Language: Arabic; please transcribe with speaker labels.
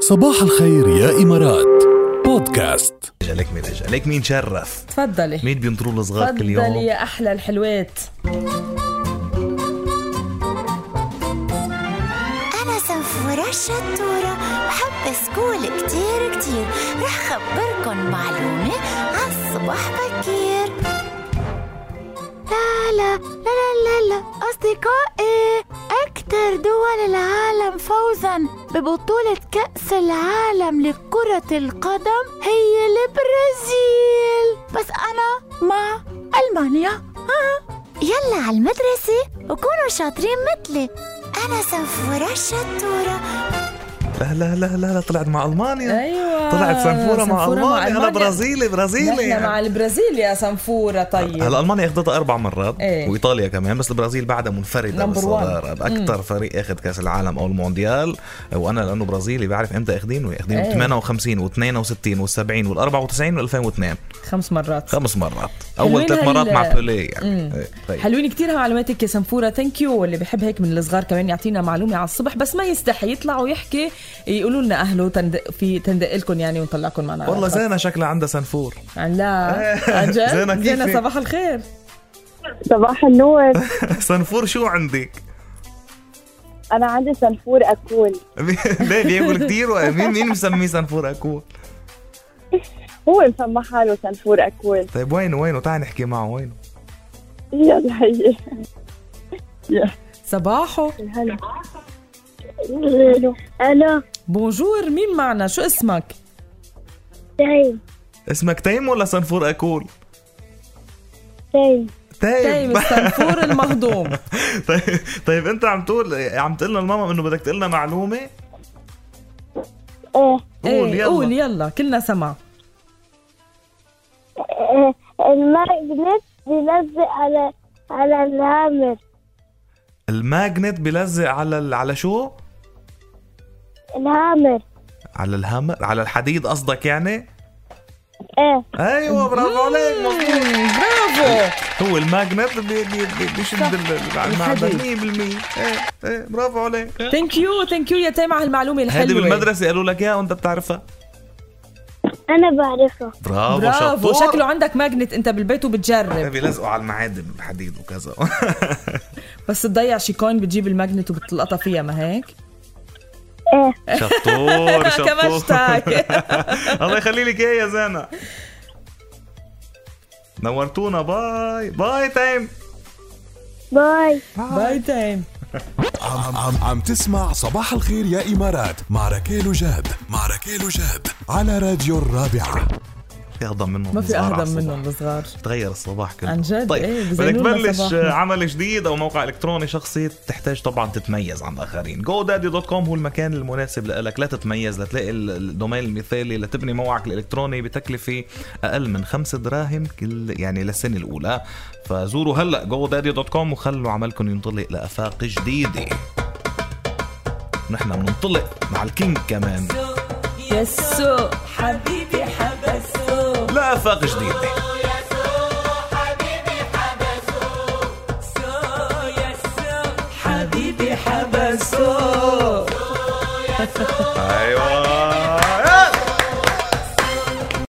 Speaker 1: صباح الخير يا إمارات بودكاست
Speaker 2: مدج عليك مدج عليك مين شرف
Speaker 3: تفضلي
Speaker 2: مين بينطروا الصغار كل
Speaker 3: تفضلي
Speaker 2: يوم
Speaker 3: يا احلى الحلوات
Speaker 4: أنا سنفورة الشطورة بحب سكول كتير كتير رح خبركن معلومة عالصبح بكير لا لا لا لا لا, لا. أصدقائي أكثر دول العالم فوزا ببطولة كأس العالم لكرة القدم هي البرازيل بس أنا مع ألمانيا آه. يلا عالمدرسة وكونوا شاطرين مثلي أنا سنفورة الشطورة
Speaker 2: لا لا لا لا, لا طلعت مع المانيا
Speaker 3: ايوه
Speaker 2: طلعت سنفوره مع المانيا هلا برازيلي
Speaker 3: برازيلي
Speaker 2: برازيلي
Speaker 3: نحن مع
Speaker 2: يعني.
Speaker 3: البرازيل يا صنفوره طيب
Speaker 2: هلا المانيا اخذتها اربع مرات
Speaker 3: إيه.
Speaker 2: وايطاليا كمان بس البرازيل بعدها منفرده
Speaker 3: Number one.
Speaker 2: بالصداره باكثر فريق اخذ كاس العالم او المونديال وانا لانه برازيلي بعرف امتى اخذينه اخذينه
Speaker 3: إيه.
Speaker 2: 58 و62 و70 وال94 و2002
Speaker 3: خمس مرات
Speaker 2: خمس مرات
Speaker 3: حلوين
Speaker 2: اول ثلاث مرات
Speaker 3: هال-
Speaker 2: مع بيلي يعني إيه. طيب.
Speaker 3: حلوين كتير معلوماتك يا سنفورة ثانك يو واللي بحب هيك من الصغار كمان يعطينا معلومة على الصبح بس ما يستحي يطلع ويحكي يقولوا لنا أهله تندق في تندق لكم يعني ونطلعكم معنا على
Speaker 2: والله
Speaker 3: الخط.
Speaker 2: زينة شكلها عندها سنفور
Speaker 3: لا عن جد
Speaker 2: زينة كيفك؟
Speaker 3: زينة صباح الخير
Speaker 5: صباح النور
Speaker 2: سنفور شو عندك؟
Speaker 5: انا عندي سنفور اكول
Speaker 2: ليه بياكل كتير ولا مين مين مسميه سنفور اكول؟
Speaker 5: هو مسمى حاله سنفور اكول
Speaker 2: طيب وينه وينه تعال نحكي معه وينه
Speaker 5: يلا هي
Speaker 3: صباحو
Speaker 5: هلا الو الو
Speaker 3: بونجور مين معنا شو اسمك
Speaker 5: تايم
Speaker 2: اسمك تيم ولا سنفور اكول؟
Speaker 5: تايم
Speaker 2: تيم
Speaker 3: تايم السنفور طيب، المهضوم
Speaker 2: طيب طيب انت عم تقول عم تقول لنا الماما انه بدك تقول لنا معلومه
Speaker 5: ايه
Speaker 2: قول
Speaker 3: إيه، قول
Speaker 2: يلا
Speaker 3: يلا كلنا سمع
Speaker 5: إيه، الماجنت بيلزق على على الهامر
Speaker 2: الماجنت بلزق على ال... على شو؟
Speaker 5: الهامر
Speaker 2: على الهامر على الحديد قصدك يعني؟
Speaker 5: ايه
Speaker 2: ايوه برافو عليك مظبوط
Speaker 3: برافو
Speaker 2: هو الماجنت بي- بي- بي- بيشد ال- ال- المعدن
Speaker 3: الحديد.
Speaker 2: 100% ايه ايه برافو عليك
Speaker 3: ثانك يو ثانك يو يا تيم على هالمعلومه الحلوه
Speaker 2: هذه بالمدرسه قالوا لك اياها وانت بتعرفها
Speaker 5: انا بعرفه
Speaker 2: برافو,
Speaker 3: برافو
Speaker 2: شطور.
Speaker 3: شكله عندك ماجنت انت بالبيت وبتجرب
Speaker 2: بيلزقوا على المعادن الحديد وكذا
Speaker 3: بس تضيع شي كوين بتجيب الماجنت وبتلقطها فيها ما هيك
Speaker 5: ايه
Speaker 2: شطور شطور
Speaker 3: كمشتك
Speaker 2: الله يخلي لك ايه يا زانا نورتونا باي باي تايم
Speaker 5: باي
Speaker 3: باي تيم
Speaker 1: عم, عم, عم تسمع صباح الخير يا إمارات مع ركيل وجاد مع ركيل وجاد على راديو الرابعة
Speaker 2: اهضم منهم
Speaker 3: ما في
Speaker 2: الصغار على
Speaker 3: اهضم
Speaker 2: الصبح.
Speaker 3: منهم الصغار
Speaker 2: تغير الصباح كله
Speaker 3: عن جد،
Speaker 2: طيب
Speaker 3: إيه،
Speaker 2: بدك
Speaker 3: بزينولنا
Speaker 2: تبلش
Speaker 3: صباحنا.
Speaker 2: عمل جديد او موقع الكتروني شخصي تحتاج طبعا تتميز عن الاخرين جو دادي دوت كوم هو المكان المناسب لك لتتميز لتلاقي ال- الدومين المثالي لتبني موقعك الالكتروني بتكلفه اقل من خمسة دراهم كل يعني للسنه الاولى فزوروا هلا جو دادي دوت كوم وخلوا عملكم ينطلق لافاق جديده نحن بننطلق مع الكينج كمان
Speaker 3: يسو حبيبي حبسو
Speaker 2: لافاق جديده
Speaker 3: حبيبي حبسو
Speaker 2: ايوه